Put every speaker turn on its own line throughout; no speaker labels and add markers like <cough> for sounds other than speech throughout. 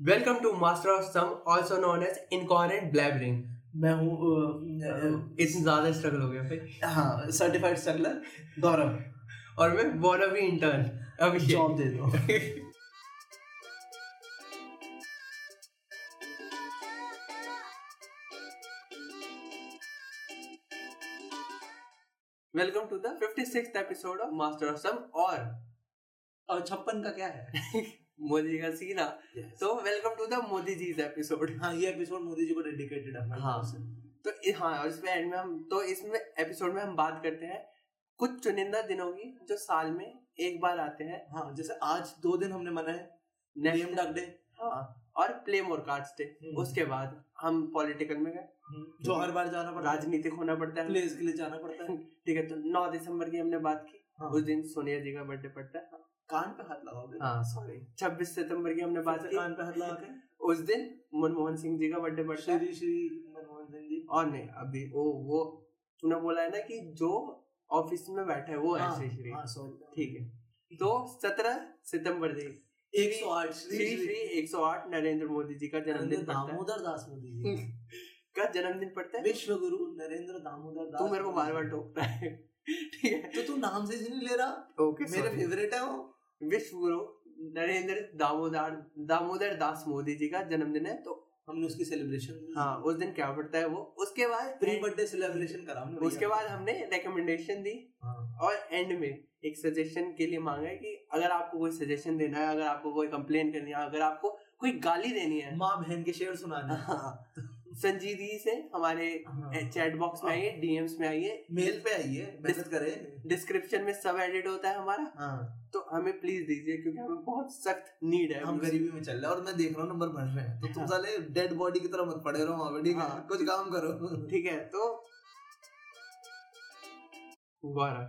Welcome to Master of Some, also known as Incoherent Blabbering.
मैं हूँ
इतना ज्यादा स्ट्रगल हो गया भाई
हाँ सर्टिफाइड स्ट्रगलर गौरव
और मैं बोला भी इंटर्न
जॉब दे दो
welcome to the 56th episode of master of some और
और छप्पन का क्या है
मोदी का सीना
तो
तो वेलकम टू द मोदी जीज एपिसोड
<laughs> हाँ ये एपिसोड मोदी जी को डेडिकेटेड है
हाँ। तो इ- हाँ और इसमें एंड में हम तो इसमें एपिसोड में हम बात करते हैं कुछ चुनिंदा दिनों की जो साल में एक बार आते हैं
हाँ जैसे आज दो दिन हमने मनाए नेम
नेशनल
डक डे
हाँ और play more cards day
Hmm।
उसके बाद हम पॉलिटिकल में गए
जो हर बार जाना पड़ता है
राजनीतिक होना पड़ता है
प्लेस के लिए जाना पड़ता है
ठीक है तो 9 दिसंबर की हमने बात की
हाँ।
उस दिन सोनिया जी का बर्थडे पड़ता है
कान पे हाथ लगाओगे
हाँ सॉरी 26 सितंबर की हमने बात
फिर से
की
कान पे हाथ लगा के
उस दिन मनमोहन सिंह जी का बर्थडे पड़ता है
श्री श्री मनमोहन सिंह जी
और नहीं अभी वो वो तूने बोला है ना कि जो ऑफिस में बैठा है वो
हाँ,
ऐसे श्री
हाँ, sorry।
ठीक है तो 17 सितंबर जी
108
श्री श्री 108 नरेंद्र मोदी जी का
नरेंद्र
जन्मदिन पड़ता
दामोदर दास मोदी जी
है का जन्मदिन पड़ता है
विश्व गुरु नरेंद्र दामोदर दास
तू मेरे को
मोदी
बार बार
जी।
टोकता है <laughs> ठीक है
तो तू नाम से नहीं ले रहा
ओके
मेरे फेवरेट है वो
विश्व गुरु नरेंद्र दामोदर दामोदर दास मोदी जी का जन्मदिन है तो
हमने उसकी सेलिब्रेशन
हाँ उस दिन क्या पड़ता है वो उसके बाद
प्री बर्थडे सेलिब्रेशन करा हमने हाँ।
उसके बाद हमने रिकमेंडेशन दी और एंड में एक सजेशन के लिए मांगा है कि अगर आपको कोई सजेशन देना है अगर आपको कोई कंप्लेन करनी है अगर आपको कोई गाली देनी है
माँ बहन के शेर सुनाने
<laughs>
हाँ।
हाँ, संजीदगी से हमारे चैट बॉक्स में आइए डीएम्स में आइए
मेल पे आइए मैसेज करे
डिस्क्रिप्शन में सब एडिट होता है हमारा
हाँ
तो हमें प्लीज दीजिए क्योंकि हमें बहुत सख्त नीड है
हम गरीबी में चल रहे हैं और मैं देख रहा हूँ नंबर बढ़ रहे हैं तो तुम
हाँ।
साले डेड बॉडी की तरह मत पड़े रहो वहाँ पे ठीक है
हाँ।
कुछ काम करो
ठीक है तो गौरव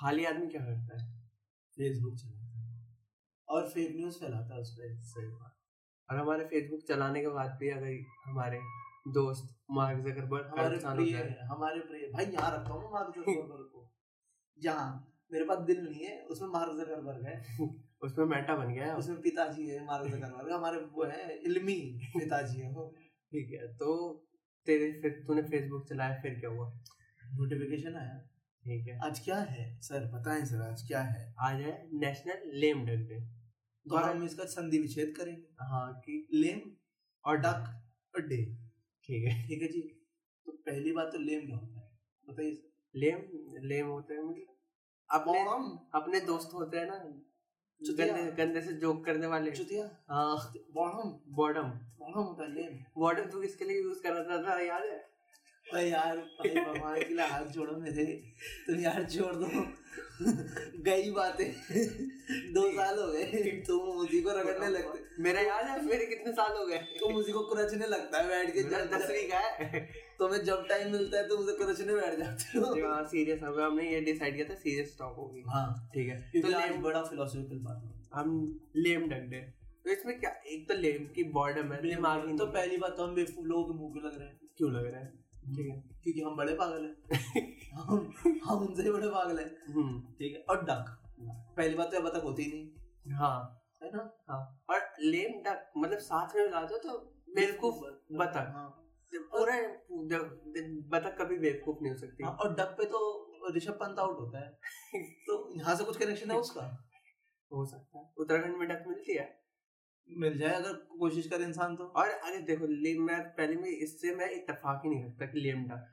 खाली आदमी क्या करता है
फेसबुक चलाता है और फेक न्यूज फैलाता है उस पे सही बात
और हमारे फेसबुक चलाने के बाद भी अगर हमारे दोस्त मार्क जकरबर्ग का
हमारे
नुकसान
प्रिय
होता है
हमारे प्रिय भाई यहाँ रखता हूँ मार्क जकरबर्ग को यहाँ मेरे पास दिल नहीं है उसमें मार्क जकरबर्ग है
उसमें मेटा बन गया है
उसमें पिताजी है मार्क जकरबर्ग हमारे वो है इल्मी पिताजी है वो
ठीक है तो तेरे फिर तूने फेसबुक चलाया फिर क्या हुआ
नोटिफिकेशन आया
ठीक है
आज क्या है सर बताएं सर आज क्या है
आज है नेशनल लेम डक डे
तो हम इसका संधि विच्छेद करेंगे
हाँ कि
लेम
और डक
डक और डे
ठीक है
ठीक है जी तो पहली बात तो लेम क्या होता है बताइए सर।
लेम लेम होते हैं मतलब अपने
मोहरम,
अपने दोस्त होते हैं ना
चुतिया।
गंदे गंदे से जोक करने वाले
चुतिया
हाँ
बॉडम
बॉडम
बॉडम होता है लेम
बॉडम तू किसके लिए यूज कर रहा था याद है
अरे यार भाई भगवान के लिए हाथ जोड़ो मेरे तुम यार छोड़ दो गई बातें दो साल हो गए तुम उसी को रगड़ने लगते
मेरा याद है मेरे कितने साल हो गए
तुम उसी को कुरचने लगता है बैठ
<laughs>
के
मेरा
जब
दसवीं का है
तुम्हें जब टाइम मिलता है तुम उसे कुरचने बैठ जाते हो
हाँ सीरियस हो गया हमने ये डिसाइड किया था सीरियस टॉक होगी
हाँ
ठीक है तो
क्योंकि आज
लेम
बड़ा फिलोसॉफिकल बात है
हम लेम डक डे तो इसमें क्या एक तो लेम की बॉर्डम है दिमाग ही
तो
नहीं
पहली बात तो हम बेवकूफ लोगों के मुंह पे लग रहे हैं
क्यों लग रहा है
हम्म।
ठीक है
क्योंकि हम बड़े पागल हैं <laughs> हम हम उनसे ही बड़े पागल हैं
हम्म,
ठीक है और डक पहली बात तो ये बतख होती ही नहीं
हाँ
है ना
और लेम डक मतलब साथ में मिला दो तो बेवकूफ बतख।
हाँ।
पूरा बतख कभी बेवकूफ नहीं हो सकती
हाँ, और डक पे तो ऋषभ पंत आउट होता <laughs> है तो यहाँ से कुछ कनेक्शन है उसका
हो सकता है उत्तराखंड में डक मिलती है
मिल जाए अगर कोशिश करे इंसान तो
और अरे देखो ले- मैं पहले में इससे मैं इतफाक ही नहीं रखता कि लेम डक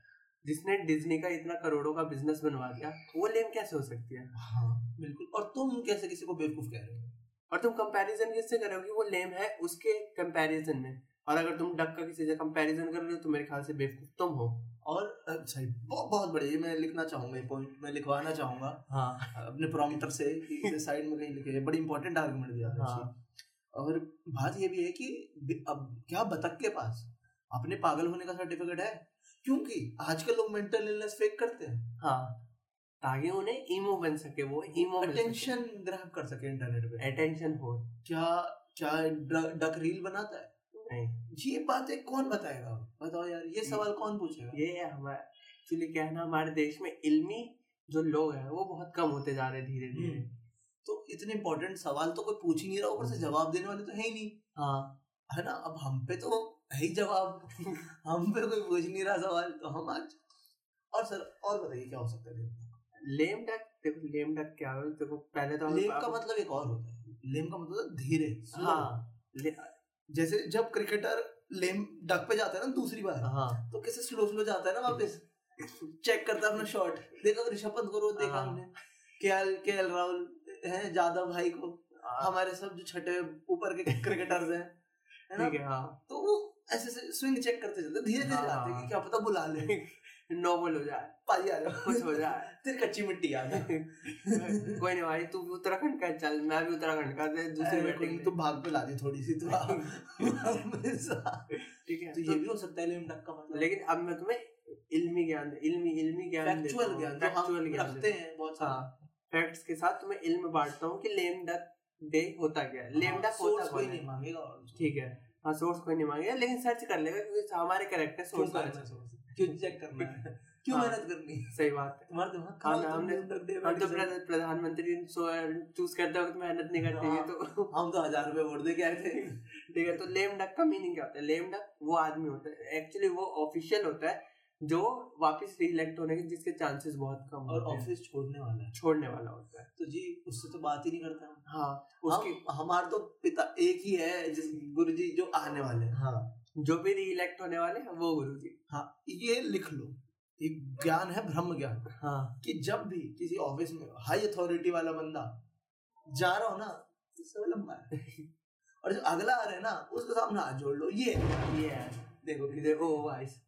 जिसने डिज्नी का इतना करोड़ों का बिजनेस बनवा दिया वो लेम कैसे हो सकती है
हाँ बिल्कुल और तुम कैसे किसी को बेवकूफ कह रहे हो
और तुम कंपैरिजन किससे कर रहे हो कि वो लेम है उसके कंपैरिजन में और अगर तुम डक का किसी से कंपैरिजन कर रहे हो तो मेरे ख्याल से बेवकूफ तुम हो
और अच्छा बहुत बहुत बढ़िया ये मैं लिखना चाहूंगा ये पॉइंट मैं लिखवाना चाहूंगा
हाँ
अपने प्रॉम्प्टर से कि इसे साइड में कहीं लिखे बड़ी इंपॉर्टेंट आर्गुमेंट दिया था
हाँ।
इसमें। और बात ये भी है कि बि- अब क्या बतख के पास अपने पागल होने का सर्टिफिकेट है क्योंकि आजकल लोग मेंटल इलनेस फेक करते हैं
हाँ ताकि उन्हें ईमो बन सके वो ईमो
अटेंशन ग्रैब कर सके इंटरनेट पे
अटेंशन हो
क्या क्या ड- डक रील बनाता है
नहीं
ये बातें कौन बताएगा बताओ यार ये सवाल कौन पूछेगा
ये हमारा एक्चुअली क्या है ना हमारे देश में इल्मी जो लोग हैं वो बहुत कम होते जा रहे हैं धीरे धीरे
तो इतने इंपॉर्टेंट सवाल तो कोई पूछ ही नहीं रहा ऊपर से जवाब देने वाले तो है ही नहीं
हाँ
है ना अब हम पे तो है ही जवाब हम पे कोई पूछ नहीं रहा सवाल तो हम आज और सर और बताइए क्या हो सकता है
लेम डक देखो लेम डक क्या है देखो पहले तो हम-
लेम का मतलब एक और होता है लेम का मतलब होता है धीरे slow।
हाँ ले-
जैसे जब क्रिकेटर लेम डक पे जाता है ना दूसरी बार
हाँ
तो कैसे स्लो स्लो जाता है ना वापस चेक करता है अपना शॉट देखा ऋषभ पंत को रोज देखा
हाँ।
हमने केएल केएल राहुल है जादव भाई को
हाँ।
हमारे सब जो छठे ऊपर के क्रिकेटर्स हैं है ना
ठीक है हाँ
तो वो ऐसे ऐसे स्विंग चेक करते चलते धीरे धीरे
हाँ।
जाते हैं कि क्या पता बुला ले
नॉर्मल हो जाए
पाजी आ जाओ
कुछ हो जाए
तेरी कच्ची मिट्टी आ जाए
कोई नहीं भाई तू भी उत्तराखंड का चल मैं भी उत्तराखंड का दे <laughs> दूसरी बैटिंग
तो भाग पे ला दी थोड़ी सी तो आप- हमेशा।
ठीक है
तो ये भी हो सकता है लेम डक का मतलब
लेकिन अब मैं तुम्हें इल्मी ज्ञान इल्मी इल्मी ज्ञान
फैक्चुअल ज्ञान जो हम
फैक्चुअल ज्ञान
रखते हैं बहुत सारा
हाँ फैक्ट्स के साथ तुम्हें इल्म बांटता हूँ कि लेम डक डे होता क्या है लेम डक होता
सोर्स
कौन
हाँ, कोई
हाँ, है
नहीं मांगेगा और
ठीक है हाँ सोर्स कोई नहीं मांगेगा लेकिन सर्च कर लेगा क्योंकि हमारे करेक्ट है
क्यों
सोर्स
करना है source? क्यों चेक करना है
<laughs>
क्यों
हाँ।
मेहनत करनी है?
सही बात है
तुम्हारे दिमाग
हाँ,
कहाँ
हमने-
तुम लेम डक दे
हम तो
बैठे
प्रध- प्रधानमंत्री चूज करते वक्त मेहनत नहीं करते ये तो
थे। हम तो हजार रुपए वोट दे के आए
<laughs>
थे
ठीक है तो लेम डक का मीनिंग क्या होता है लेम डक वो आदमी होता है एक्चुअली वो ऑफिशियल होता है जो वापस रिलेक्ट होने के जिसके चांसेस बहुत कम
और
होते हैं
ऑफिस छोड़ने वाला है
छोड़ने वाला होता है
तो जी उससे तो बात ही नहीं करता हम।
हाँ उसकी
उसके हमारा तो पिता एक ही है जिस गुरु जी जो आने वाले हैं
हाँ जो भी रिलेक्ट होने वाले हैं वो गुरु जी
हाँ ये लिख लो एक ज्ञान है ब्रह्म ज्ञान
हाँ
कि जब भी किसी ऑफिस में हाई अथॉरिटी वाला बंदा जा रहा हो ना तो सब लंबा है और जो अगला आ रहा है ना उसके सामने हाथ जोड़ लो ये है।
ये है
देखो कि
देखो वाइस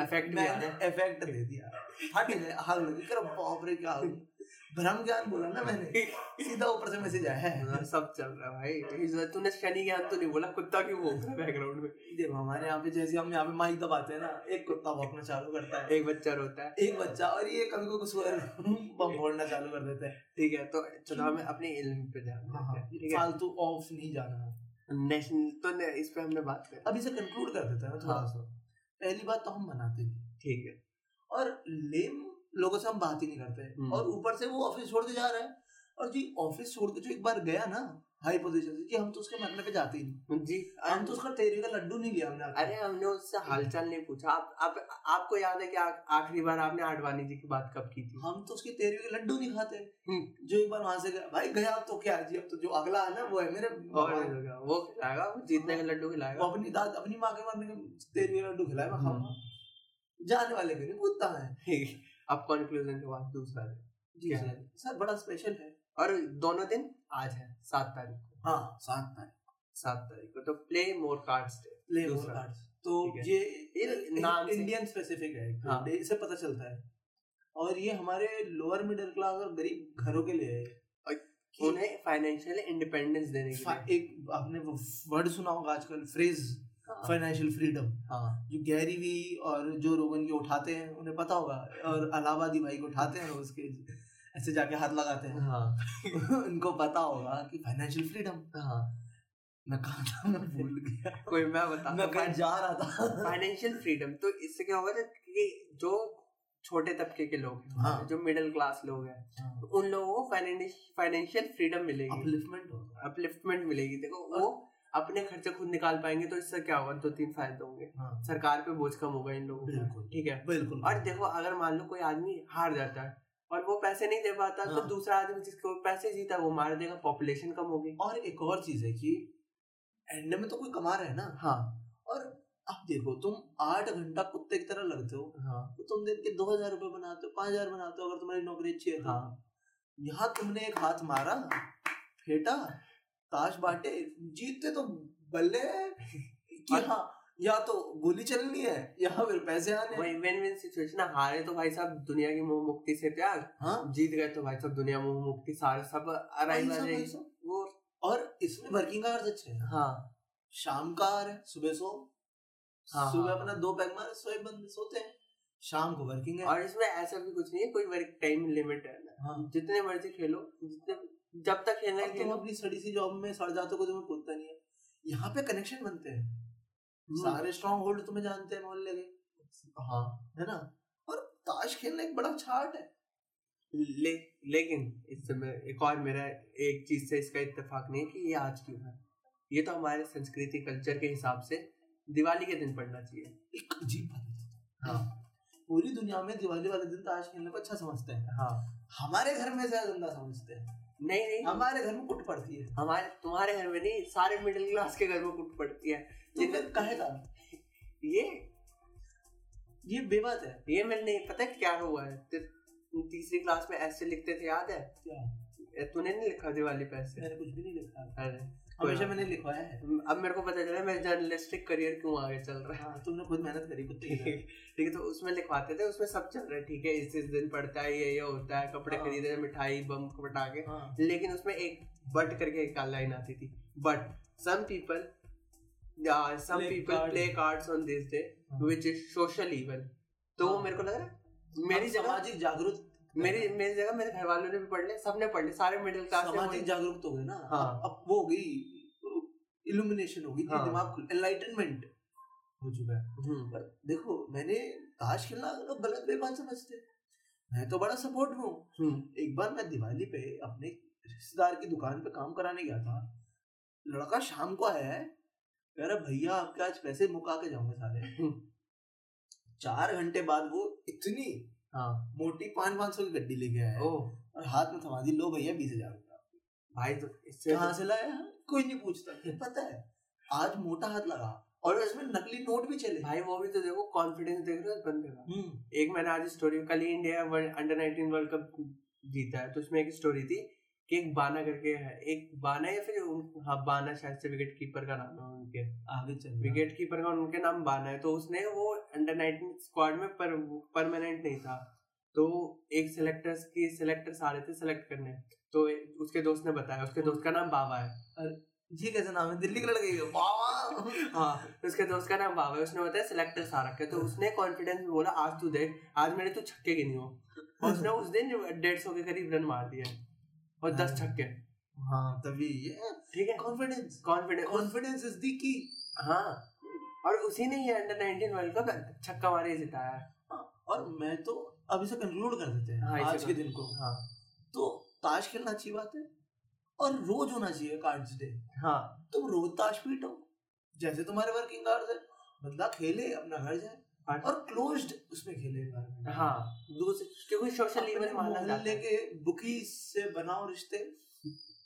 इफेक्ट भी आ
मैंने
रहा
इफेक्ट दे दिया हट जाए हाल लगी कर बाप रे क्या हो गया। ब्रह्म ज्ञान बोला ना मैंने सीधा ऊपर से मैसेज आया है
है हाँ, सब चल रहा है भाई इस बार तूने शनि ज्ञान तो नहीं बोला कुत्ता क्यों भोंक रहा है बैकग्राउंड में
देखो हमारे यहाँ पे जैसे हम यहाँ पे माइक दबाते हैं ना एक कुत्ता भौंकना चालू करता है
एक बच्चा रोता है
एक बच्चा और ये कभी को कुछ <laughs> बम फोड़ना चालू कर देता है
ठीक है तो चलो हमें अपने इल्म पे ध्यान देते हैं, ठीक है
हाँ, फालतू ऑफ नहीं जाना
नेशनल तो ने- इस पे हमने बात कर
अब इसे कंक्लूड कर देते हैं
हाँ।
ना थोड़ा सा पहली बात तो हम बनाते नहीं
ठीक है
और लेम लोगों से हम बात ही नहीं करते हैं
हम्म।
और ऊपर से वो ऑफिस छोड़ के जा रहा है और जी ऑफिस छोड़ के जो एक बार गया ना हाई पोजीशन से जी हम तो उसके मरने पे जाते ही नहीं
जी
हम तो उसका तेरी का लड्डू नहीं लिया हमने आज तक।
अरे हमने उससे हालचाल नहीं पूछा आप आप आपको याद है कि आ- आखिरी बार आपने आडवाणी जी की बात कब की थी
हम तो उसके तेरहवीं के लड्डू नहीं खाते
हम्म।
जो एक बार वहां से गया भाई गया अब तो क्या है जी अब तो जो अगला है ना वो है मेरे
और
भगवान।
होगा, वो खिलाएगा वो जीतने का लड्डू
हाँ। वो
खिलाएगा
अपनी दाद अपनी माँ के मरने के तेरहवीं लड्डू खिलाए मैं
हम्म।
खाऊंगा जाने वाले मेरे कुत्ता है
अब कंक्लूजन के बाद दूसरा दिन
जी
क्या
सर सर बड़ा स्पेशल है
और दोनों दिन आज है सात तारीख को
हाँ सात तारीख
सात तारीख को तो play more cards day
play
दूसरा।
कार्ड्स तो
ठीक
ये
ये नाम से-
इंडियन स्पेसिफिक है
हाँ।
डे से पता चलता है और ये हमारे लोअर मिडिल क्लास और गरीब घरों के लिए है कि-
उन्हें फाइनेंशियल इंडिपेंडेंस देने के लिए
फा- एक आपने वो वर्ड सुना होगा आजकल फ्रेज
हाँ,
फाइनेंशियल फ्रीडम
हाँ
जो गैरी वी और जो रोगन के उठाते हैं उन्हें पता होगा और अलाहाबादी भाई को उठाते हैं उसके ऐसे जाके हाथ
<laughs>
लगाते हैं
हाँ
उनको पता होगा कि फाइनेंशियल फ्रीडम
हाँ
मैं कहा था मैं भूल गया
कोई तो मैं बताता
मैं
हूँ।
कहीं जा रहा था
फाइनेंशियल फ्रीडम तो इससे क्या होगा कि जो छोटे तबके के लोग हैं
हाँ।
जो मिडिल क्लास लोग हैं उन लोगों को फाइनेंशियल फ्रीडम मिलेगी
अपलिफ्टमेंट
हाँ।
होगा
अपलिफ्टमेंट मिलेगी देखो वो अपने खर्चे खुद निकाल पाएंगे तो इससे क्या होगा दो तीन फायदे होंगे सरकार पे बोझ कम होगा इन लोगों का
बिल्कुल
ठीक है
हाँ। बिल्कुल
और देखो अगर मान लो कोई आदमी हार जाता है और वो पैसे नहीं दे पाता तो
हाँ।
दूसरा आदमी जिसको पैसे जीता है, वो मार देगा पॉपुलेशन कम होगी
और एक और चीज है कि एंड में तो कोई कमा रहा है ना
हाँ
और अब देखो तुम आठ घंटा कुत्ते की तरह लगते हो
हाँ
तो तुम दिन के दो हजार रुपए बनाते हो पांच हजार बनाते हो अगर तुम्हारी नौकरी अच्छी है तो
हाँ
यहाँ तुमने एक हाथ मारा फेटा ताश बांटे जीतते तो बल्ले हैं कि
और-
हाँ या तो गोली चलनी है या फिर पैसे आने हैं।
वही विन विन सिचुएशन हारे तो भाई साहब दुनिया की मोह मुक्ति से त्याग
हाँ
जीत गए तो भाई सब दुनिया में मुक्ति सारे सब
वही
अराइवल
सब,
है
वही सब।
वो
और इसमें वर्किंग आवर्स अच्छे हैं
हाँ
शाम का आवर है सुबह सो
हाँ,
सुबह
हाँ।
अपना दो पैक मारे सोए बंद सोते हैं शाम को वर्किंग है
और इसमें ऐसा भी कुछ नहीं है कोई वर्क टाइम लिमिट है ना
हाँ। और
जितने मर्जी खेलो जितने जब तक खेलना है
तुम
खेलो
अपनी सड़ी सी जॉब में सड़ जाते हो कोई तुम्हें पूछता नहीं है यहाँ पे कनेक्शन बनते हैं
हम्म,
सारे स्ट्रॉन्ग होल्ड तुम्हें जानते हैं मोहल्ले के हाँ है ना और ताश खेलना एक बड़ा अच्छा आर्ट है
ले, लेकिन इस समय एक और मेरा एक चीज से इसका इत्तेफाक नहीं है कि ये आज क्यों है ये तो हमारे संस्कृति कल्चर के हिसाब से दिवाली के दिन पढ़ना चाहिए
एक अजीब बात
हाँ।
पूरी दुनिया में दिवाली वाले दिन ताश खेलने को अच्छा समझते हैं
हाँ
हमारे घर में ज्यादा गंदा समझते हैं
नहीं नहीं
हमारे घर में कुट पड़ती है
हमारे तुम्हारे घर में नहीं सारे मिडिल क्लास के घर में कुट पड़ती है
तो
ये-
फिर कहे का
ये
ये बेबात है
ये मैंने नहीं पता है क्या हुआ है ती- तीसरी क्लास में ऐसे लिखते थे याद है
क्या
ए, तूने नहीं लिखा दिवाली पे ऐसे
मैंने कुछ भी नहीं लिखा
अरे
हमेशा मैंने लिखवाया है
अब मेरे को पता चला मैं जर्नलिस्टिक करियर क्यों आगे चल रहा है
हाँ, तुमने खुद मेहनत करी खुद
ठीक है
लिखा।
ठीक है, तो उसमें लिखवाते थे उसमें सब चल रहा है ठीक है इस इस दिन पड़ता है ये ये होता है कपड़े
हाँ।
खरीदे मिठाई बम पटाखे
हाँ
लेकिन उसमें एक बट करके एक लाइन आती थी but some people some
Play
people
cards.
Play cards on this day
हाँ।
Which is social even though वो
हाँ।
मेरे को लग रहा है मेरी
हम
जगह
सामाजिक जागरूक
मेरी मेरी जगह मेरे घर वालों ने भी पढ़ लिया सबने पढ़ लिया सारे मिडिल क्लास में
सामाजिक जागरूक तो हो गए ना
हाँ।
अब- अब वो हो गई इल्यूमिनेशन हो गई
हाँ।
दिमाग खुल एनलाइटनमेंट हो चुका है
हम्म,
पर देखो मैंने ताश खेलना लोग गलत बेबात समझते हैं। मैं तो बड़ा सपोर्ट हूँ
हम्म,
एक बार मैं दिवाली पे अपने रिश्तेदार की दुकान पे काम कराने गया था लड़का शाम को आया है कह रहा भैया आपके आज पैसे मुका के जाऊंगे
हम्म।
सारे चार घंटे बाद वो इतनी
हाँ
मोटी पाँच पाँच सौ की गड्डी लेके आया है
ओ
और हाथ में थमा दी लो भैया बीस हजार रुपया
भाई तो इससे
कहाँ से लाया कोई नहीं पूछता पता है आज मोटा हाथ लगा और इसमें नकली नोट भी चले
भाई वो भी तो देखो कॉन्फिडेंस देख रहे हो इस बंदे का
हम्म,
एक मैंने आज स्टोरी कल ही India world under 19 world cup जीता है तो उसमें एक स्टोरी थी कि एक बाना करके है एक बाना या फिर उन- हाँ बाना शायद से विकेट कीपर का नाम है उनके
आगे चल
विकेट कीपर का उनके नाम बाना है तो उसने वो अंडर 19 स्क्वाड में पर परमानेंट नहीं था तो एक सिलेक्टर्स की सिलेक्टर्स आ रहे थे सिलेक्ट करने तो ए- उसके दोस्त ने बताया उसके दोस्त का नाम बाबा है
ये कैसा नाम है दिल्ली के लड़के का? वाह
हाँ तो उसके दोस्त का नाम बाबा है उसने बताया सिलेक्टर्स आ रखे हैं। तो
हाँ।
उसने कॉन्फिडेंस में बोला आज तू देख आज मेरे तू छक्के गिनी हो
हाँ।
और उसने उस दिन डेढ़ सौ के करीब रन मार दिए और दस छक्के
हाँ तभी ये
ठीक है
confidence
confidence
confidence is the की
हाँ और उसी ने ये अंडर 19 वर्ल्ड कप छक्का मारे जिताया है।
और मैं तो अब इसे कंक्लूड कर देते हैं
हाँ, इसे
आज के
कर-
दिन को
हाँ
तो ताश खेलना अच्छी बात है और रोज होना चाहिए कार्ड्स डे
हाँ
तुम रोज ताश पीटो जैसे तुम्हारे वर्किंग आवर्स है बंदा खेले अपना घर जाए
हाँ।
और क्लोज्ड उसमें खेले environment।
हाँ दूसरे क्योंकि सोशल
अपने
इवन माना जाता
मोहल्ले
है
के बुकी से बनाओ रिश्ते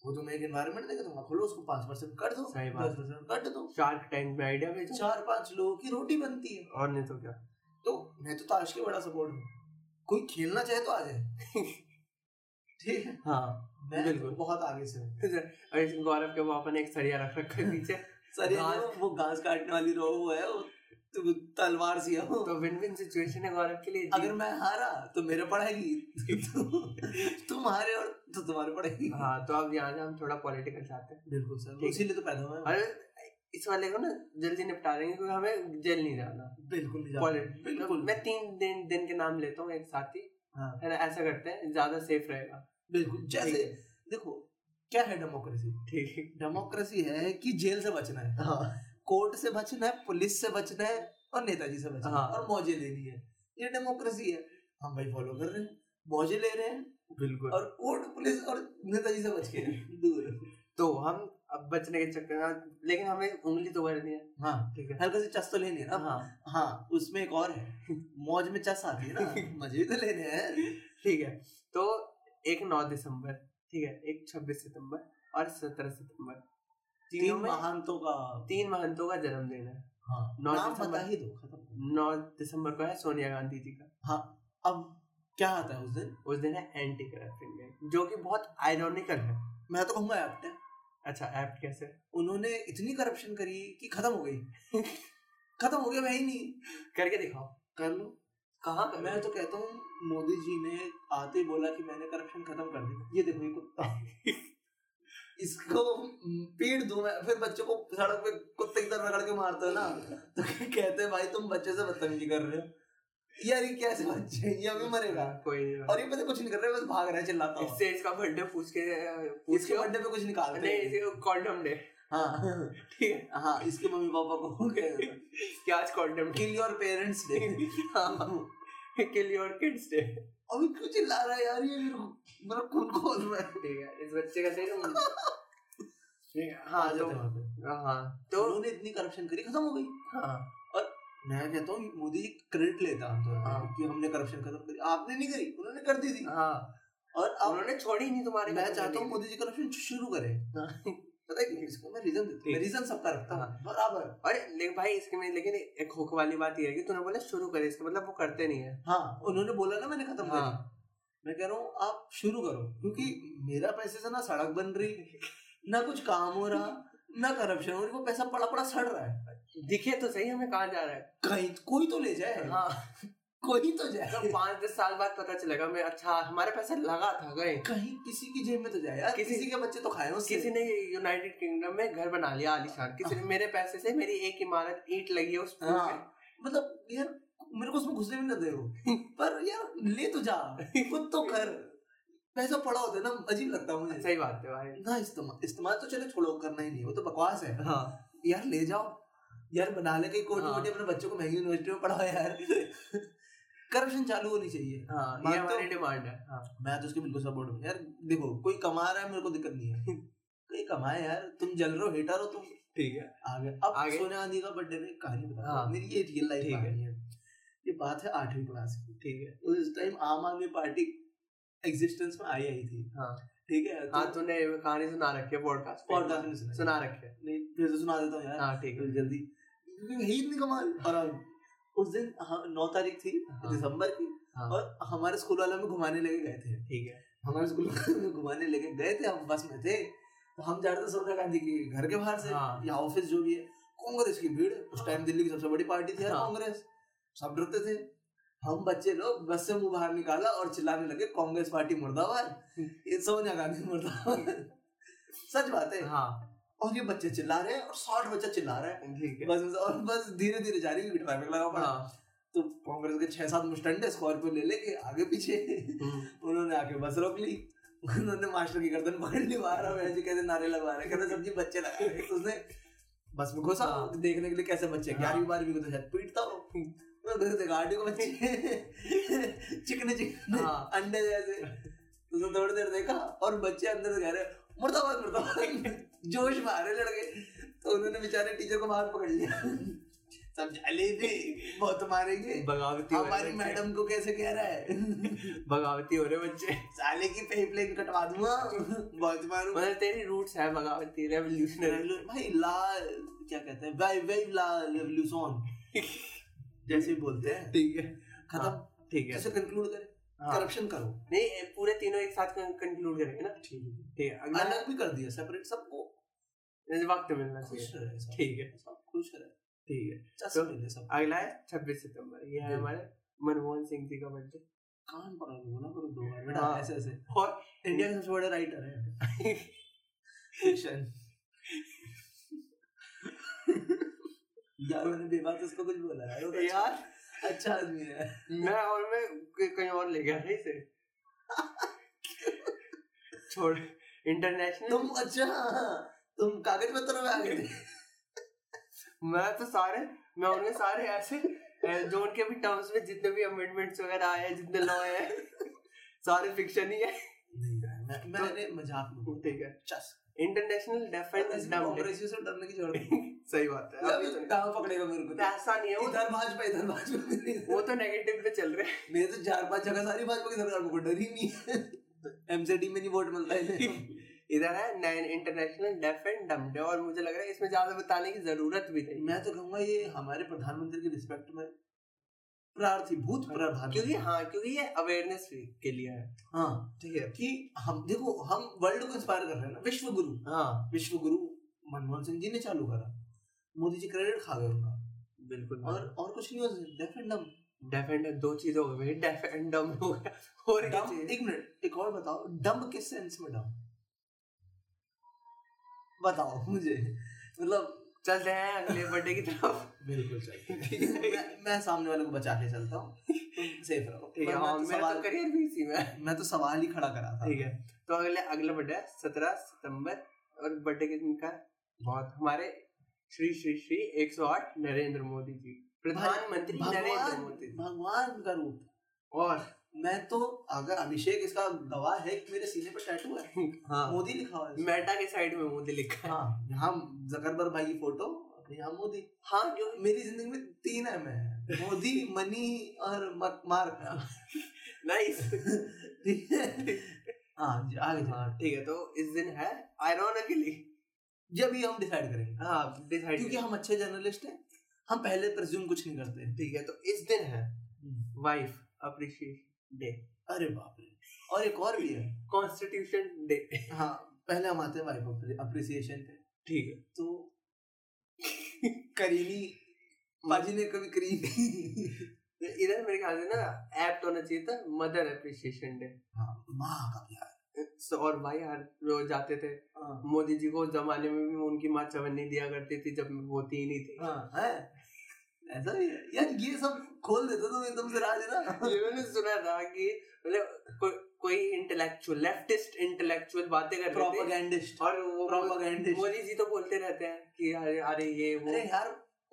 वो तुम्हें एक एनवायरनमेंट देगा तुम खोलो उसको पांच परसेंट कर दो
सही बात।
दस परसेंट कट दो
शार्क टैंक में आइडिया भेजो
चार पांच लोगों की रोटी बनती है
और नहीं तो क्या
तो मैं तो ताश के बड़ा सपोर्ट हूँ कोई खेलना चाहे तो आ जाए
<laughs>
ठीक है
हाँ
मैं तो
बिल्कुल।
बहुत आगे से हूँ
और इस गौरव के पापा ने एक सरिया रख रखा है तो नीचे
सर ये
घास-
जो वो घास काटने वाली रो वो है वो तो तलवार सी है वो।
तो विन विन सिचुएशन है गौरव के लिए
अगर मैं हारा तो मेरे पड़ेगी <laughs> तो- तुम हारे और तो तुम्हारे पड़ेगी
हाँ तो अब यहाँ से हम थोड़ा पॉलिटिकल चाहते हैं
बिल्कुल सर
ठीक।
इसीलिए तो पैदा हुआ है
अरे इस वाले को ना जल्दी निपटा देंगे क्योंकि हमें जेल नहीं जाना
बिल्कुल नहीं जाना।
पॉलिट
बिल्कुल
मैं तीन दिन दिन के नाम लेता हूँ एक साथी
हाँ।
है ना ऐसा करते हैं ज्यादा सेफ रहेगा
बिल्कुल जैसे देखो क्या है डेमोक्रेसी
ठीक है
डेमोक्रेसी है कि जेल से बचना है
हाँ
कोर्ट से बचना है पुलिस से बचना है और नेताजी से बचना
हाँ।
है और मौजे लेनी है ये डेमोक्रेसी है हम भाई फॉलो कर रहे हैं मौजे ले रहे हैं
बिल्कुल
और कोर्ट पुलिस और नेताजी से बच के हैं। दूर
तो हम अब बचने के चक्कर में लेकिन हमें उंगली तो करनी है
हाँ
ठीक है
हल्का से चस तो लेनी है ना
हाँ
हाँ उसमें एक और है मौज में चस आती है ना <laughs> मजे भी तो लेने हैं
ठीक है तो एक नौ दिसंबर ठीक है एक छब्बीस सितंबर और सत्रह सितंबर
तीन
तीनों में
महानतों का
तीन महंतों का जन्मदिन है
हाँ,
नौ
नाम
दिसंबर-
बता ही दो खत्म
नौ दिसंबर को है सोनिया गांधी जी का
अब क्या आता है उस दिन
उस दिन है एंटी करप्शन डे जो कि बहुत आयरॉनिकल है
मैं तो कहूंगा एक्ट है
अच्छा ऐप कैसे
उन्होंने इतनी करप्शन करी कि खत्म हो गई <laughs> खत्म हो गया भाई नहीं
करके दिखाओ
कर लो
कहाँ पे
मैं तो कहता हूँ मोदी जी ने आते ही बोला कि मैंने करप्शन खत्म कर दी ये देखो ये कुत्ता
<laughs>
इसको पीट दूं मैं फिर बच्चों को सड़क पे कुत्ते की तरह रगड़ के मारते हो ना तो कहते हैं भाई तुम बच्चे से बदतमीजी कर रहे हो यार ये कैसे बच्चे हैं? ये अभी मरेगा
हाँ, कोई नहीं
और ये पता है कुछ नहीं कर रहे बस भाग रहा है चिल्लाता हुआ
इससे इसका बर्थडे पूछ के हाँ, पूछ
इसके
के
बर्थडे पे कुछ निकालते
नहीं
हैं।
इसे कॉन्डम डे
हाँ
ठीक है
हाँ इसके मम्मी पापा को कहते <laughs> हैं
कि आज condom day
kill your <laughs> parents day अभी
किल योर किड्स डे
हाँ। क्यों चिल्ला <laughs> रहा है यार ये मेरे को- मेरा खून खोल रहा है
ठीक है इस बच्चे का सही ना हाँ
आज
तो
तक वहाँ पे।
हाँ तो
उन्होंने इतनी करप्शन करी खत्म हो गई
हाँ
मैं कहता हूँ मोदी जी क्रेडिट लेता हम तो
हाँ।
कि हमने करप्शन खत्म करी आपने नहीं करी उन्होंने कर दी थी
हाँ
और अब
उन्होंने छोड़ी नहीं तुम्हारे
मैं
को
चाहता हूँ
करने
मोदी जी करप्शन शुरू करे
की। हाँ।
पता है क्यों? इसको मैं रीजन देता हूँ
ठीक।
रीजन सबका रखता
हाँ।
हूँ बराबर
अरे लेकिन भाई इसके में लेकिन एक हुक वाली बात ये है कि तूने बोला शुरू करे इसका मतलब वो करते नहीं है
हाँ उन्होंने बोला ना मैंने खत्म
हाँ
करी मैं कह रहा हूँ आप शुरू करो क्योंकि मेरा पैसे से ना सड़क बन रही ना कुछ काम हो रहा ना करप्शन हो रही वो पैसा पड़ा पड़ा सड़ रहा है
दिखे तो सही हमें कहाँ जा रहा है
कहीं कोई तो ले जाए
हाँ
कोई तो
तो
जाए
पाँच दस साल बाद पता चलेगा मैं अच्छा हमारे पैसे लगा था गए
कहीं किसी की जेब में तो जाए यार
किसी-
किसी के बच्चे तो खाए उससे
किसी ने यूनाइटेड किंगडम में घर बना लिया आलिशान किसी ने मेरे पैसे से मेरी एक इमारत ईट लगी है उस
हाँ मतलब यार मेरे को उसमें घुसने भी ना दे रहो पर यार ले तो जा खुद तो कर पैसा पड़ा होता है ना अजीब लगता है मुझे
सही बात है भाई
ना इस्तेमाल इस्तेमाल तो चलो छोड़ो करना ही नहीं वो तो बकवास है
हाँ
यार ले जाओ यार बना ले कहीं कोटी
हाँ।
कोटी अपने बच्चों को महंगी यूनिवर्सिटी में पढ़ाओ यार करप्शन चालू होनी चाहिए
हाँ ये
बात तो-
हमारी डिमांड है हाँ
मैं तो उसके बिल्कुल सपोर्ट हूँ यार देखो कोई कमा रहा है मेरे को दिक्कत नहीं है कोई कमाए यार तुम जल रहे हो हेटर हो तुम
ठीक है
आगे अब
आगे।
सोनिया गांधी का बर्थडे में एक कहानी बता
हाँ।
मेरी ये रियल लाइफ
ठीक है।
कहानी है ये बात है आठवीं क्लास की
ठीक है
उस टाइम आम आदमी पार्टी एग्जिस्टेंस में आई आई थी
हाँ
ठीक है तो
हाँ तूने कहानी सुना रखी है पॉडकास्ट
पॉडकास्ट में सुना
सुना रखी है
नहीं फिर से सुना देता हूँ यार
हाँ ठीक है
बिल्कुल जल्दी क्योंकि है इतनी कमाल और अब उस दिन हाँ, नौ तारीख थी
हाँ।
दिसंबर की
हाँ
और हमारे स्कूल वाले हमें घुमाने लेके गए थे
ठीक है
हमारे स्कूल वाले हमें घुमाने लेके गए थे हम बस में थे तो हम जा रहे थे सोनिया गांधी के घर के बाहर से
हाँ।
या ऑफिस जो भी है कांग्रेस की भीड़ उस टाइम दिल्ली की सबसे बड़ी पार्टी थी यार
हाँ।
कांग्रेस सब डरते थे हम बच्चे लोग बस से मुंह बाहर निकाला और चिल्लाने लगे कांग्रेस पार्टी मुर्दाबाद ये सोनिया गांधी मुर्दाबाद सच बात है
हाँ
और ये बच्चे चिल्ला रहे हैं और साठ बच्चा चिल्ला रहा है
ठीक है
बस बस- और बस धीरे धीरे जा रही है ट्रैफिक लगा पड़ा
हाँ
तो कांग्रेस के छह सात मुस्टंडे स्कॉर्पियो ले लेके आगे पीछे
हम्म,
उन्होंने आके बस रोक ली उन्होंने मास्टर की गर्दन पकड़ ली बाहर और जी कहते नारे लगवा रहे कहते सब्जी बच्चे लगा रहे तो उसने बस में घुसा
हाँ।
देखने के लिए कैसे बच्चे हैं।
हाँ। हम्म।
ग्यारहवीं बारहवीं को तो शायद पीटता हो उन्होंने देखा देखा आठ को बच्चे चिकने चिकने
हाँ।
अंडे जैसे तो उसने थोड़ी देर देखा और बच्चे अंदर से कह रहे मुर्दाबाद मुर्दाबाद जोश में आ रहे लड़के तो उन्होंने बेचारे टीचर को बाहर पकड़ लिया सब जाले थे बहुत मारेंगे
बगावती हो रहे
हमारी
बच्चे।
मैडम को कैसे कह रहा है
बगावती हो रहे बच्चे
साले की पेपलेन कटवा दूंगा बहुत मारूंगा
मतलब तेरी रूट्स है बगावती रेवोल्यूशनरी
भाई ला क्या कहते हैं वाई वाई ला रेवोल्यूशन जैसे ही बोलते हैं
ठीक है
खत्म
ठीक है
इसे कंक्लूड करें
हाँ।
करप्शन करो
नहीं ये पूरे तीनों एक साथ कंक्लूड करेंगे ना ठीक है अगला
अलग भी कर दिया सेपरेट सबको
जैसे वक्त मिलना चाहिए
खुश रहे सब
ठीक है
सब खुश रहे
ठीक है
चस
तो-
मिले सब
अगला है छब्बीस सितंबर ये है
जी।
हमारे मनमोहन सिंह जी का बर्थडे
कान पकड़ के बोला करो दो बार बेटा
हाँ।
ऐसे ऐसे
और
इंडिया का सबसे बड़ा राइटर है फिक्शन यार मैंने बेबात उसको कुछ बोला है वो तो अच्छा-
यार
अच्छा आदमी है
मैं और मैं क- कहीं और ले गया था इसे छोड़ इंटरनेशनल
तुम अच्छा तुम कागज पत्रों में आ गए थे
मैं तो सारे मैं उनके सारे ऐसे अ, जो उनके भी टर्म्स में जितने भी अमेंडमेंट्स वगैरह आए हैं जितने लॉ है सारे फिक्शन ही है
नहीं यार, मैं- मैंने मजाक में बोला।
ठीक है
चस
इंटरनेशनल डेफ एंड
ऐसे कांग्रेसियों से डरने की जरूरत <laughs> नहीं
सही बात है अभी
है
तो-
कहाँ पकड़ेगा मेरे को
ऐसा नहीं है वो
इधर भाजपा इधर भाजपा
वो तो नेगेटिव पे चल रहे
मेरे तो चार पांच जगह सारी भाजपा की सरकार को डर ही नहीं है एमसीडी में नहीं वोट मिलता है
हैं <laughs> इधर है नैन international deaf and dumb day और मुझे लग रहा है इसमें ज्यादा बताने की जरूरत भी नहीं
मैं तो कहूंगा ये हमारे प्रधानमंत्री के रिस्पेक्ट में प्रार्थी भूत प्रधान
क्योंकि हाँ क्योंकि ये अवेयरनेस के लिए है
हाँ
ठीक है
कि हम देखो हम वर्ल्ड को इंस्पायर कर रहे हैं ना विश्व गुरु
हाँ
विश्व गुरु मनमोहन सिंह जी ने चालू करा मोदी जी क्रेडिट खा गए उनका
बिल्कुल
और और कुछ नहीं हो डेफिनेटम
डेफ एंड दो चीजें हो गई डेफ एंड डम हो गया और क्या
डम
चीज
एक मिनट एक और बताओ डम किस सेंस में डम बताओ मुझे मतलब
चलते हैं अगले बर्थडे की तरफ
बिल्कुल
ठीक है।
मैं, मैं सामने वाले को बचा के चलता हूँ तुम सेफ रहो
<laughs> ठीक है
पर
हाँ,
मैं तो
मेरा
सवाल
तो करियर भी इसी में है।
मैं तो सवाल ही खड़ा करा था
ठीक है तो अगले अगला बर्थडे है सत्रह सितंबर और बर्थडे के दिन का बहुत हमारे श्री श्री श्री 108 नरेंद्र मोदी जी प्रधानमंत्री नरेंद्र
भगवान
मोदी जी
भगवान का रूप
और
मैं तो अगर अभिषेक इसका गवाह है कि मेरे सीने पर टैटू है
हाँ
मोदी लिखा हुआ है इसमें।
मेटा के साइड में मोदी लिखा है
हाँ यहाँ जकरबर भाई की फोटो और यहाँ मोदी
हाँ जो
मेरी जिंदगी में तीन एम है मोदी मनी और मक- मार्क
नाइस
ठीक है हाँ जी आगे
हाँ
चलो।
ठीक है तो इस दिन है आयरोनिकली
जब ये हम डिसाइड करेंगे
हाँ डिसाइड
क्योंकि हम अच्छे जर्नलिस्ट हैं हम पहले प्रिज्यूम कुछ नहीं करते
ठीक है तो इस दिन है वाइफ अप्रिशिएशन डे
अरे बाप रे और एक और भी है
कॉन्स्टिट्यूशन डे
हाँ पहले हम आते हैं वाइफ अप्रिसिएशन पे
ठीक है
तो <laughs> करीनी पाजी ने कभी करीनी <laughs>
तो इधर मेरे ख्याल से ना एप्ट होना चाहिए था मदर अप्रिशिएशन डे
हाँ माँ का प्यार
और भाई हर रोज जाते थे
हाँ,
मोदी जी को उस जमाने में भी उनकी माँ चवन नहीं दिया करती थी जब होती ही नहीं थी
हाँ है ऐसा भी है यार ये सब खोल देते तो एकदम से
<laughs>
राज है ना
ये मैंने सुना था कि मतलब को, कोई इंटेलेक्चुअल लेफ्टिस्ट इंटेलेक्चुअल बातें कर रहे थे
प्रोपागैंडिस्ट
और वो
प्रोपागैंडिस्ट
मोदी जी तो बोलते रहते हैं कि अरे अरे ये वो
अरे यार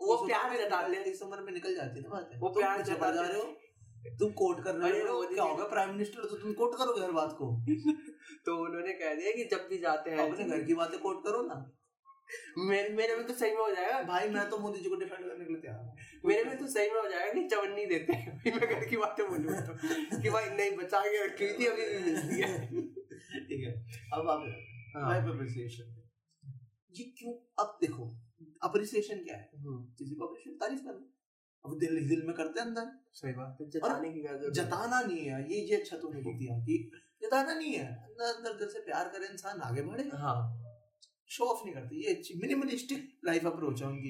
वो प्यार जताते हैं
इस उम्र में निकल जाती है ना बातें
वो
तुम
प्यार
पीछे पड़
जताते
जा रहे हो तुम कोट कर
अरे
रहे हो
मोदी
क्या
जी-
होगा प्राइम मिनिस्टर हो तो तुम कोट करोगे हर
<laughs>
बात को
तो उन्होंने कह दिया कि जब भी जाते हैं
अपने घर की बातें कोट करो ना
मेरे मेरे में तो सही में हो जाएगा
भाई मैं तो मोदी जी को डिफेंड करने के लिए तैयार हूँ
मेरे में तो सही में हो जाएगा कि चवन नहीं देते हैं। <laughs> फिर मैं घर की बातें बोलूंगा तो कि भाई नहीं बचा के रखी हुई थी अभी भी मिलती है
ठीक है अब आप
हाँ।
वाइफ अप्रिसिएशन ये क्यों अब देखो अप्रिसिएशन क्या है
हम्म,
किसी को अप्रिशिएट तारीफ करना अब दिल दिल में करते हैं अंदर
सही बात है जताने की क्या जरूरत है?
जताना नहीं है ये ये अच्छा तुमने लिख दिया कि जताना नहीं है अंदर अंदर दिल से प्यार करे इंसान आगे बढ़ेगा
हाँ
शो ऑफ नहीं करते ये अच्छी मिनिमलिस्टिक लाइफ अप्रोच है उनकी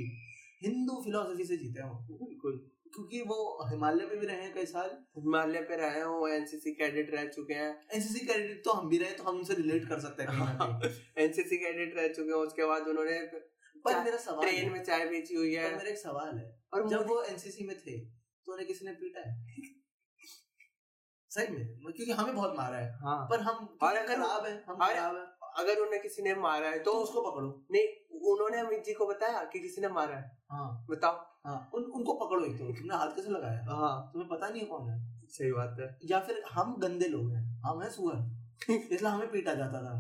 हिंदू फिलोसफी से जीते हैं वो
बिल्कुल
क्योंकि वो हिमालय में भी रहे हैं कई साल
हिमालय पे रहे हैं वो एनसीसी कैडेट रह चुके हैं
एनसीसी कैडेट तो हम भी रहे तो हम उनसे रिलेट कर सकते हैं
<laughs>
कहीं ना
हाँ
कहीं।
एनसीसी कैडेट रह चुके हैं उसके बाद उन्होंने
पर
चाय-
मेरा सवाल है,
ट्रेन में चाय बेची हुई है
पर मेरा एक सवाल है
और
जब
मोदी-
वो एनसीसी में थे तो उन्हें किसी ने पीटा है सही में क्योंकि हमें बहुत मारा है
हाँ
पर हम
और अगर-
खराब है हम
और-
खराब है
अगर उन्हें किसी ने मारा है तो
तो उसको पकड़ो
नहीं उन्होंने अमित जी को बताया कि किसी ने मारा है
हाँ
बताओ
हाँ उन उनको पकड़ो एक तो तुमने हाथ कैसे लगाया
हाँ
तुम्हें पता नहीं है कौन है
सही बात है
या फिर हम गंदे लोग हैं हम हैं सुअर इसलिए हमें पीटा जाता था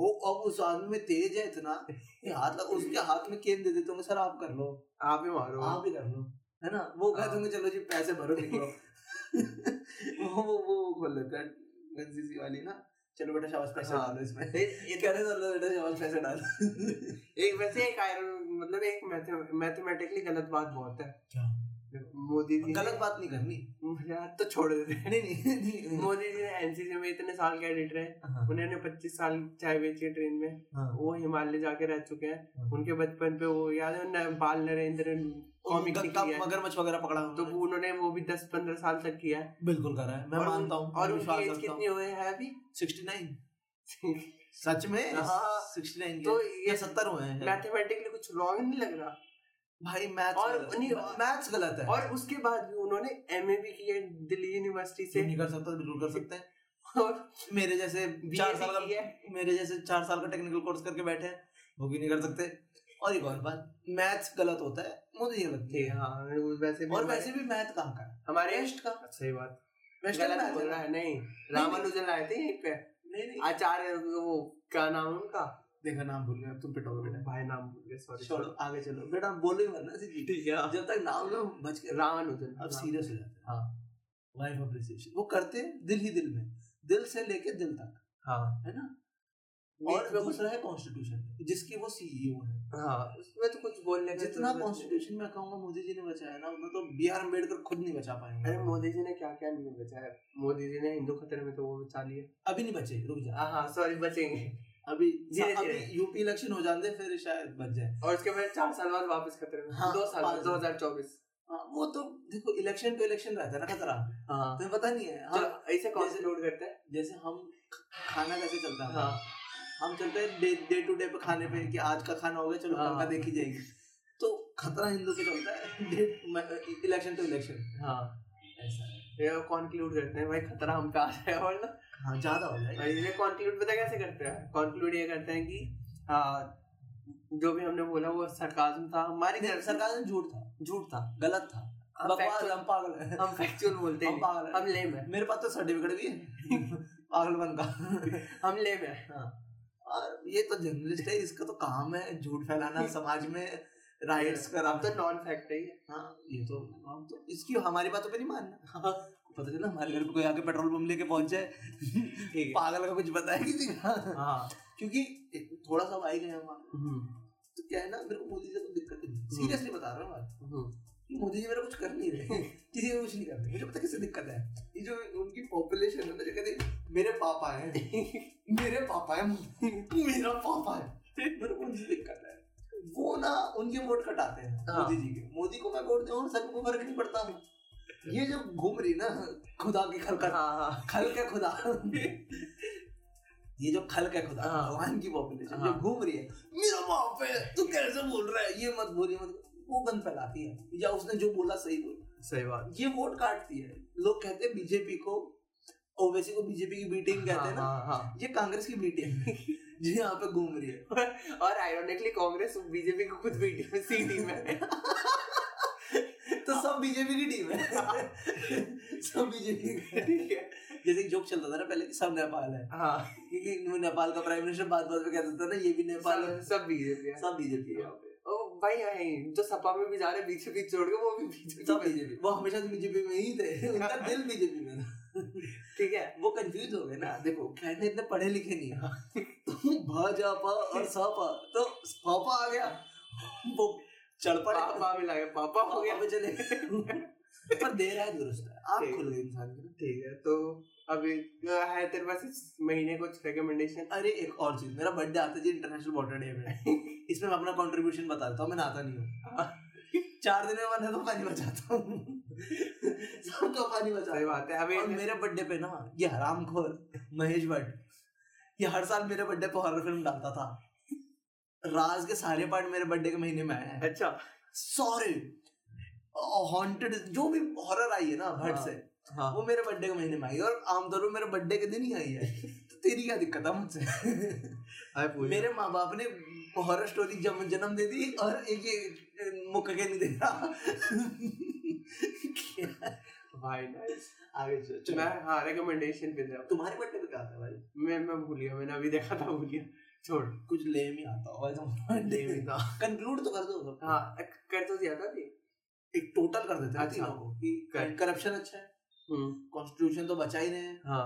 वो अब उस आदमी में तेज है इतना कि हाथ लग, उसके हाथ में केन दे देते होंगे सर आप कर लो
आप ही मारो
आप भी कर लो है ना वो
हाँ।
कहते होंगे चलो जी पैसे भरो निकलो <laughs> वो वो वो खोल लेते हैं एनसीसी वाली ना चलो बेटा शाबाश पैसे
हाँ।
डालो इसमें
ए- ए-
कह रहे चलो बेटा शाबाश पैसे डालो
एक वैसे एक आयरन मतलब एक मैथमेटिकली गलत बात बहुत है
क्या?
मोदी जी ने-
गलत बात नहीं करनी
यार तो छोड़
<laughs>
देते
नहीं नहीं नहीं
मोदी जी ने एनसीसी में इतने साल कैडेट रहे
हाँ,
उन्होंने 25 साल चाय बेची है ट्रेन में
हाँ।
वो हिमालय जाके रह चुके हैं
उनके
उनके बचपन पे वो याद है न- बाल नरेंद्र कॉमिक
गत्ता
निकली है
मगरमच्छ वगैरह पकड़ा
तो
उन्होंने।
वो उन्होंने वो भी 10-15 साल तक किया है
बिल्कुल कर रहा है मैं
और उन-
मानता हूँ
और
मैं
उनकी
विश्वास
एज
करता
कितनी
हूँ।
हुए है अभी
69 सच में
हाँ।
69
तो
तो
ये
ये 70 हुए हैं शायद।
मैथमेटिकली कुछ रॉन्ग नहीं लग रहा
भाई मैथ्स
और-
गलत
नहीं,
है। मैथ्स गलत है
और उसके बाद भी उन्होंने एम भी किया है दिल्ली यूनिवर्सिटी
ये
से
नहीं कर सकता बिल्कुल कर सकते हैं
और
मेरे जैसे
बी
चार साल
किया है
का मेरे जैसे चार साल का टेक्निकल कोर्स करके बैठे हैं वो भी नहीं कर सकते और एक और बात मैथ्स गलत होता है मुझे ये लगती
ठीक है,
है
हाँ वो वैसे भी
और
हमारे-
वैसे भी मैथ कहाँ का है?
हमारे
वेस्ट का
सही बात
वेस्ट का
गलत
मैथ
बोल
है
रहा
ना?
है नहीं रामानुजन आए थे यहीं पे
नहीं नहीं
आचार्य वो क्या नाम है उनका
देखा नाम भूल गया तुम पिटोगे बेटा
भाई नाम भूल गया सॉरी
छोड़ो आगे चलो बेटा बोलो ही मत ना सीधी
ठीक है
जब तक नाम लो बच के
रामानुजन
अब सीरियस हो जाते हैं हाँ वाइफ अप्रिसिएशन वो करते हैं दिल ही दिल में दिल से लेके दिल तक
हाँ
है ना
बीच
और
में कुछ
दूसरा है कॉन्स्टिट्यूशन जिसकी वो सीईओ है
हाँ उसमें तो कुछ बोलने की
जितना
जरूरत नहीं।
कॉन्स्टिट्यूशन मैं कहूंगा मोदी जी ने बचाया ना उतना तो बी आर अम्बेडकर खुद नहीं बचा पाएंगे
अरे मोदी जी ने क्या क्या नहीं बचाया मोदी जी ने हिंदू खतरे में तो वो बचा लिया
अभी नहीं बचे रुक जा
हाँ सॉरी बचेंगे
अभी
धीरे
अभी
धीरे।
यूपी इलेक्शन हो जाते फिर शायद बच जाए
और उसके बाद चार साल बाद वापस खतरे में
हाँ,
दो साल बाद
पाँच-
दो हजार चौबीस
हाँ, वो तो देखो इलेक्शन टू इलेक्शन रहता है ना खतरा
हाँ
तुम्हें पता नहीं है
चलो
हम
ऐसे कौन से लोड करते हैं
जैसे हम खाना कैसे चलता है
हाँ
हम चलते हैं डे डे टू डे पे खाने पे कि आज का खाना हो गया चलो कल का
हाँ।
देखी जाएगी तो खतरा हिंदू पे चलता है इलेक्शन टू इलेक्शन
हाँ
ऐसा है
ये कंक्लूड करते हैं भाई खतरा हम पे आ रहा है और ना
हाँ ज्यादा हो जाएगा
ये कंक्लूड पता कैसे करते हैं कंक्लूड ये करते हैं कि हाँ, जो भी हमने बोला वो सरकार था हमारी
नहीं,
<laughs> तरफ से
सरकार ने झूठ था
झूठ था
गलत था
हम
बकवास
factual-
हम पागल हैं।
हम फैक्चुअल बोलते
हम
हैं
पागल हैं।
हम लेम हाँ, है
हाँ, मेरे पास तो सर्टिफिकेट भी है <laughs> पागलपन का
हम लेम है
हाँ। और ये तो जर्नलिस्ट है इसका तो काम है झूठ
<laughs>
फैलाना समाज में राइट्स का
हम
राम
तो <laughs> नॉन फैक्ट है ये।
हाँ ये तो हम तो इसकी हमारी बातों पे नहीं मानना <laughs>
हाँ,
पता चला हमारे घर पे कोई आके पेट्रोल पंप लेके पहुंच जाए
<laughs> ठीक है
पागल का कुछ बताया किसी का
हाँ
<laughs> क्योंकि थोड़ा सा भाई गए हम वहाँ।
हम्म,
तो क्या है ना मेरे को मोदी जी को दिक्कत नहीं सीरियसली बता रहा हूँ बात
हम्म,
कि मोदी जी मेरा कुछ कर नहीं रहे किसी को कुछ नहीं करते मुझे पता किससे दिक्कत है ये जो उनकी पॉपुलेशन है ना जो कहते हैं, मेरे पापा है मेरे पापा है मेरा पापा है तो मेरे को उनसे दिक्कत है वो ना उनके वोट कटाते हैं
हाँ।
मोदी जी के मोदी को मैं वोट दूं सर को फर्क नहीं पड़ता ये जो घूम रही ना खुदा की खलकत
हाँ,
खल के खुदा ये जो खल के खुदा
हाँ।
भगवान की पॉपुलेशन जो
हाँ।
घूम रही है मेरा बाप है तू कैसे बोल रहा है ये मत बोलिए मत वो गंद फैलाती है या उसने जो बोला सही बोला
सही बात
ये वोट काटती है लोग कहते हैं बीजेपी को ओवैसी को बीजेपी की बीटिंग कहते हैं ना
हाँ, हाँ,
ये कांग्रेस की मीटिंग है <laughs> जी यहाँ पे घूम रही है
हाँ। और आयरोनिकली कांग्रेस बीजेपी को खुद बीटी में सी टीम है
तो सब बीजेपी की टीम है <laughs> सब बीजेपी
ठीक है
जैसे जोक चलता था ना पहले कि सब नेपाल है
हाँ
क्योंकि वो नेपाल का प्राइम मिनिस्टर बात बात पे कहता था ना ये भी नेपाल
सब
है
सब बीजेपी है
सब बीजेपी है यहाँ पे।
ओ भाई है जो सपा में भी जा रहे बीजेपी छोड़ के वो भी बीजेपी
सब बीजेपी वो हमेशा से बीजेपी में ही थे <laughs> उनका दिल बीजेपी में था
ठीक है
<laughs> वो कंफ्यूज हो गए ना देखो कहने इतने पढ़े लिखे नहीं <laughs> हैं। तो भाजपा और सपा तो पापा आ गया वो चढ़ पड़े
पापा में लगे पापा हो गया
पापा चले गए। पर देर है दुरुस्त है आप खुल गए इंसान की ना।
ठीक है तो अभी अ, है तेरे पास इस महीने कुछ रिकमेंडेशन
अरे एक और चीज मेरा बर्थडे आता है जी इंटरनेशनल वाटर डे में इसमें मैं अपना कंट्रीब्यूशन बता देता हूँ मैं नहाता नहीं हूँ चार दिन में मैं नहाता पानी बचाता हूँ सबका पानी बचाता
तो सही
हूँ
बात है अभी
और मेरे बर्थडे पे ना ये हरामखोर महेश भट्ट ये हर साल मेरे बर्थडे पे हॉरर फिल्म डालता था राज के सारे पार्ट मेरे बर्थडे के महीने में आए हैं
अच्छा
सारे हॉन्टेड जो भी हॉरर आई है ना भट्ट
हाँ।
से
हाँ
वो मेरे बर्थडे के महीने में आई है और आमतौर पर मेरे बर्थडे के दिन ही आई है तो तेरी क्या दिक्कत है
<laughs>
मुझसे मेरे माँ बाप ने हॉरर स्टोरी जम जन्म दे दी और एक ये मुक्का के नहीं दे
<laughs>
रहा क्या?
भाई nice।
आगे चलो, चलो
मैं हाँ रिकमेंडेशन पे था
तुम्हारे बर्थडे पे क्या आता है भाई
मैं मैं भूल गया मैंने अभी देखा था भूल गया छोड़
कुछ लेम ही आता होगा तुम्हारे बर्थडे
नहीं
में
था
कंक्लूड तो कर दो सब।
हाँ एक- कर तो दिया था भी
एक टोटल कर देते हैं
अच्छा।
तीनों को कि
कर-
करप्शन अच्छा है
हम्म
कॉन्स्टिट्यूशन तो बचा ही रहे हैं
हाँ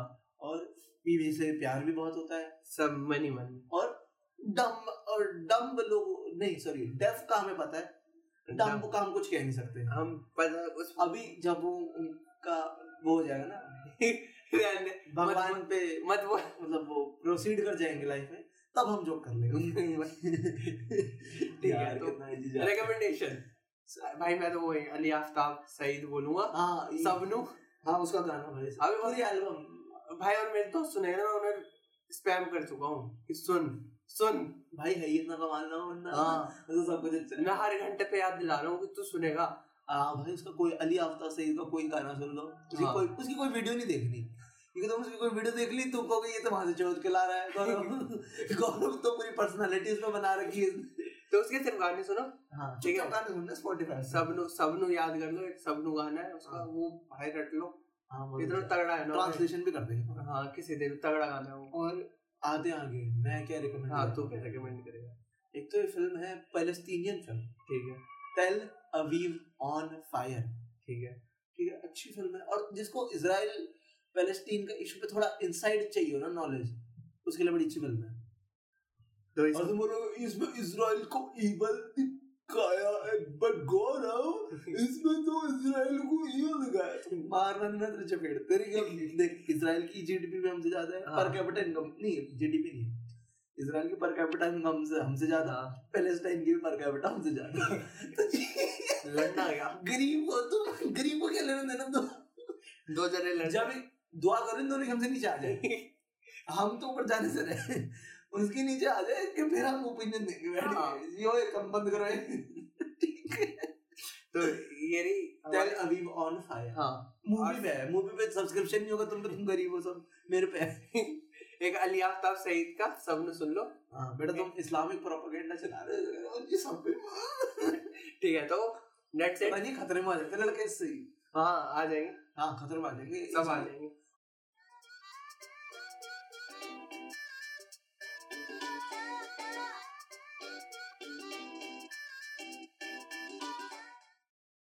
और बीवी से प्यार भी बहुत होता है
सब मनी मनी
और डम और डम्ब लोग नहीं सॉरी डेफ का हमें पता है डम्ब का हम कुछ कह नहीं सकते
हम पता उस
अभी जब वो उनका वो हो जाएगा
<laughs>
ना
रहने
भगवान पे
मत बोल
मतलब वो प्रोसीड कर जाएंगे लाइफ में तब हम जोक कर लेंगे
<laughs>
<laughs>
है,
यार,
तो
कितना जी जा-
रिकमेंडेशन भाई मैं तो वही अली आफ्ताब सईद बोलूंगा
हाँ ये-
सबनू
हाँ उसका गाना भाई
अभी वो-
पूरी एल्बम
भाई और मेरे दोस्त सुने ना मैं उन्हें स्पैम कर चुका हूँ कि सुन सुन
भाई है ही इतना कमाल ना वरना मतलब सब कुछ अच्छा है।
मैं हर घंटे पे याद दिला रहा हूँ कि तू सुनेगा
हाँ भाई उसका कोई अली आफ्ताब सईद का कोई गाना सुन लो उसकी
हाँ।
कोई उसकी कोई वीडियो नहीं देखनी क्योंकि तुम उसकी कोई वीडियो देख ली तुम कहोगे ये तो वहां से चोद के ला रहा है <laughs> गौरव गौरव तो पूरी पर्सनालिटी उसमें बना रखी है
तो उसके सिर्फ गाने सुनो
हाँ
ठीक है।
गाने सुनना स्पॉटिफाई
सबनू सबनू याद कर लो एक सबनू गाना है उसका
हाँ।
वो भाई रट लो
हाँ
इतना तगड़ा है ना
ट्रांसलेशन भी कर देंगे
हाँ किसी दिन तगड़ा गाना है वो
और आते आगे मैं क्या रिकमेंड
हाँ तू क्या रिकमेंड करेगा
एक तो ये फिल्म है पैलेस्टीनियन फिल्म
ठीक है
टेल अवीव ऑन फायर
ठीक है
ठीक है अच्छी फिल्म है और जिसको इसराइल पैलेस्टीन का इशू पे थोड़ा इनसाइड चाहिए हो ना नॉलेज उसके लिए बड़ी अच्छी फिल्म है
तो
और
इस
तुम बोलो इसमें इसराइल को इवल दिखाया है बट गौरव इसमें तो इसराइल को ये लगाया है। मारना नहीं ना तेरे तो चपेट तेरी क्या देख इसराइल की जीडीपी में हमसे ज्यादा है
हाँ।
पर कैपिटा इनकम नहीं जीडीपी नहीं है इसराइल की पर कैपिटा इनकम हमसे हमसे ज्यादा पैलेस्टाइन की भी पर कैपिटा हमसे <laughs> ज्यादा तो जी-
लड़ना गया
गरीब को तो गरीब को क्या लेना देना तो
दो जने लड़
जब दुआ करो इन दोनों की हमसे नीचे आ जाए
<laughs>
हम तो ऊपर जाने से रहे उसके नीचे आ जाए कि फिर हम ओपिनियन देंगे बैठ
हाँ।
के यो कम बंद करो ये। ठीक
<laughs>
है
तो ये रही
टेल अवीव ऑन फायर
हाँ
मूवी पे है मूवी पे सब्सक्रिप्शन नहीं होगा तुम पे तुम गरीब हो सब मेरे पे है।
एक अली आफ्ताब सईद का सबनू सुन लो <laughs>
हाँ बेटा तुम इस्लामिक प्रोपेगेंडा चला रहे हो ये सब पे <laughs>
ठीक है तो
डेट्स इट
नहीं खतरे में आ जाते हैं लड़के इससे ही
हाँ आ जाएंगे
हाँ खतरे में आ जाएंगे
सब आ जाएंगे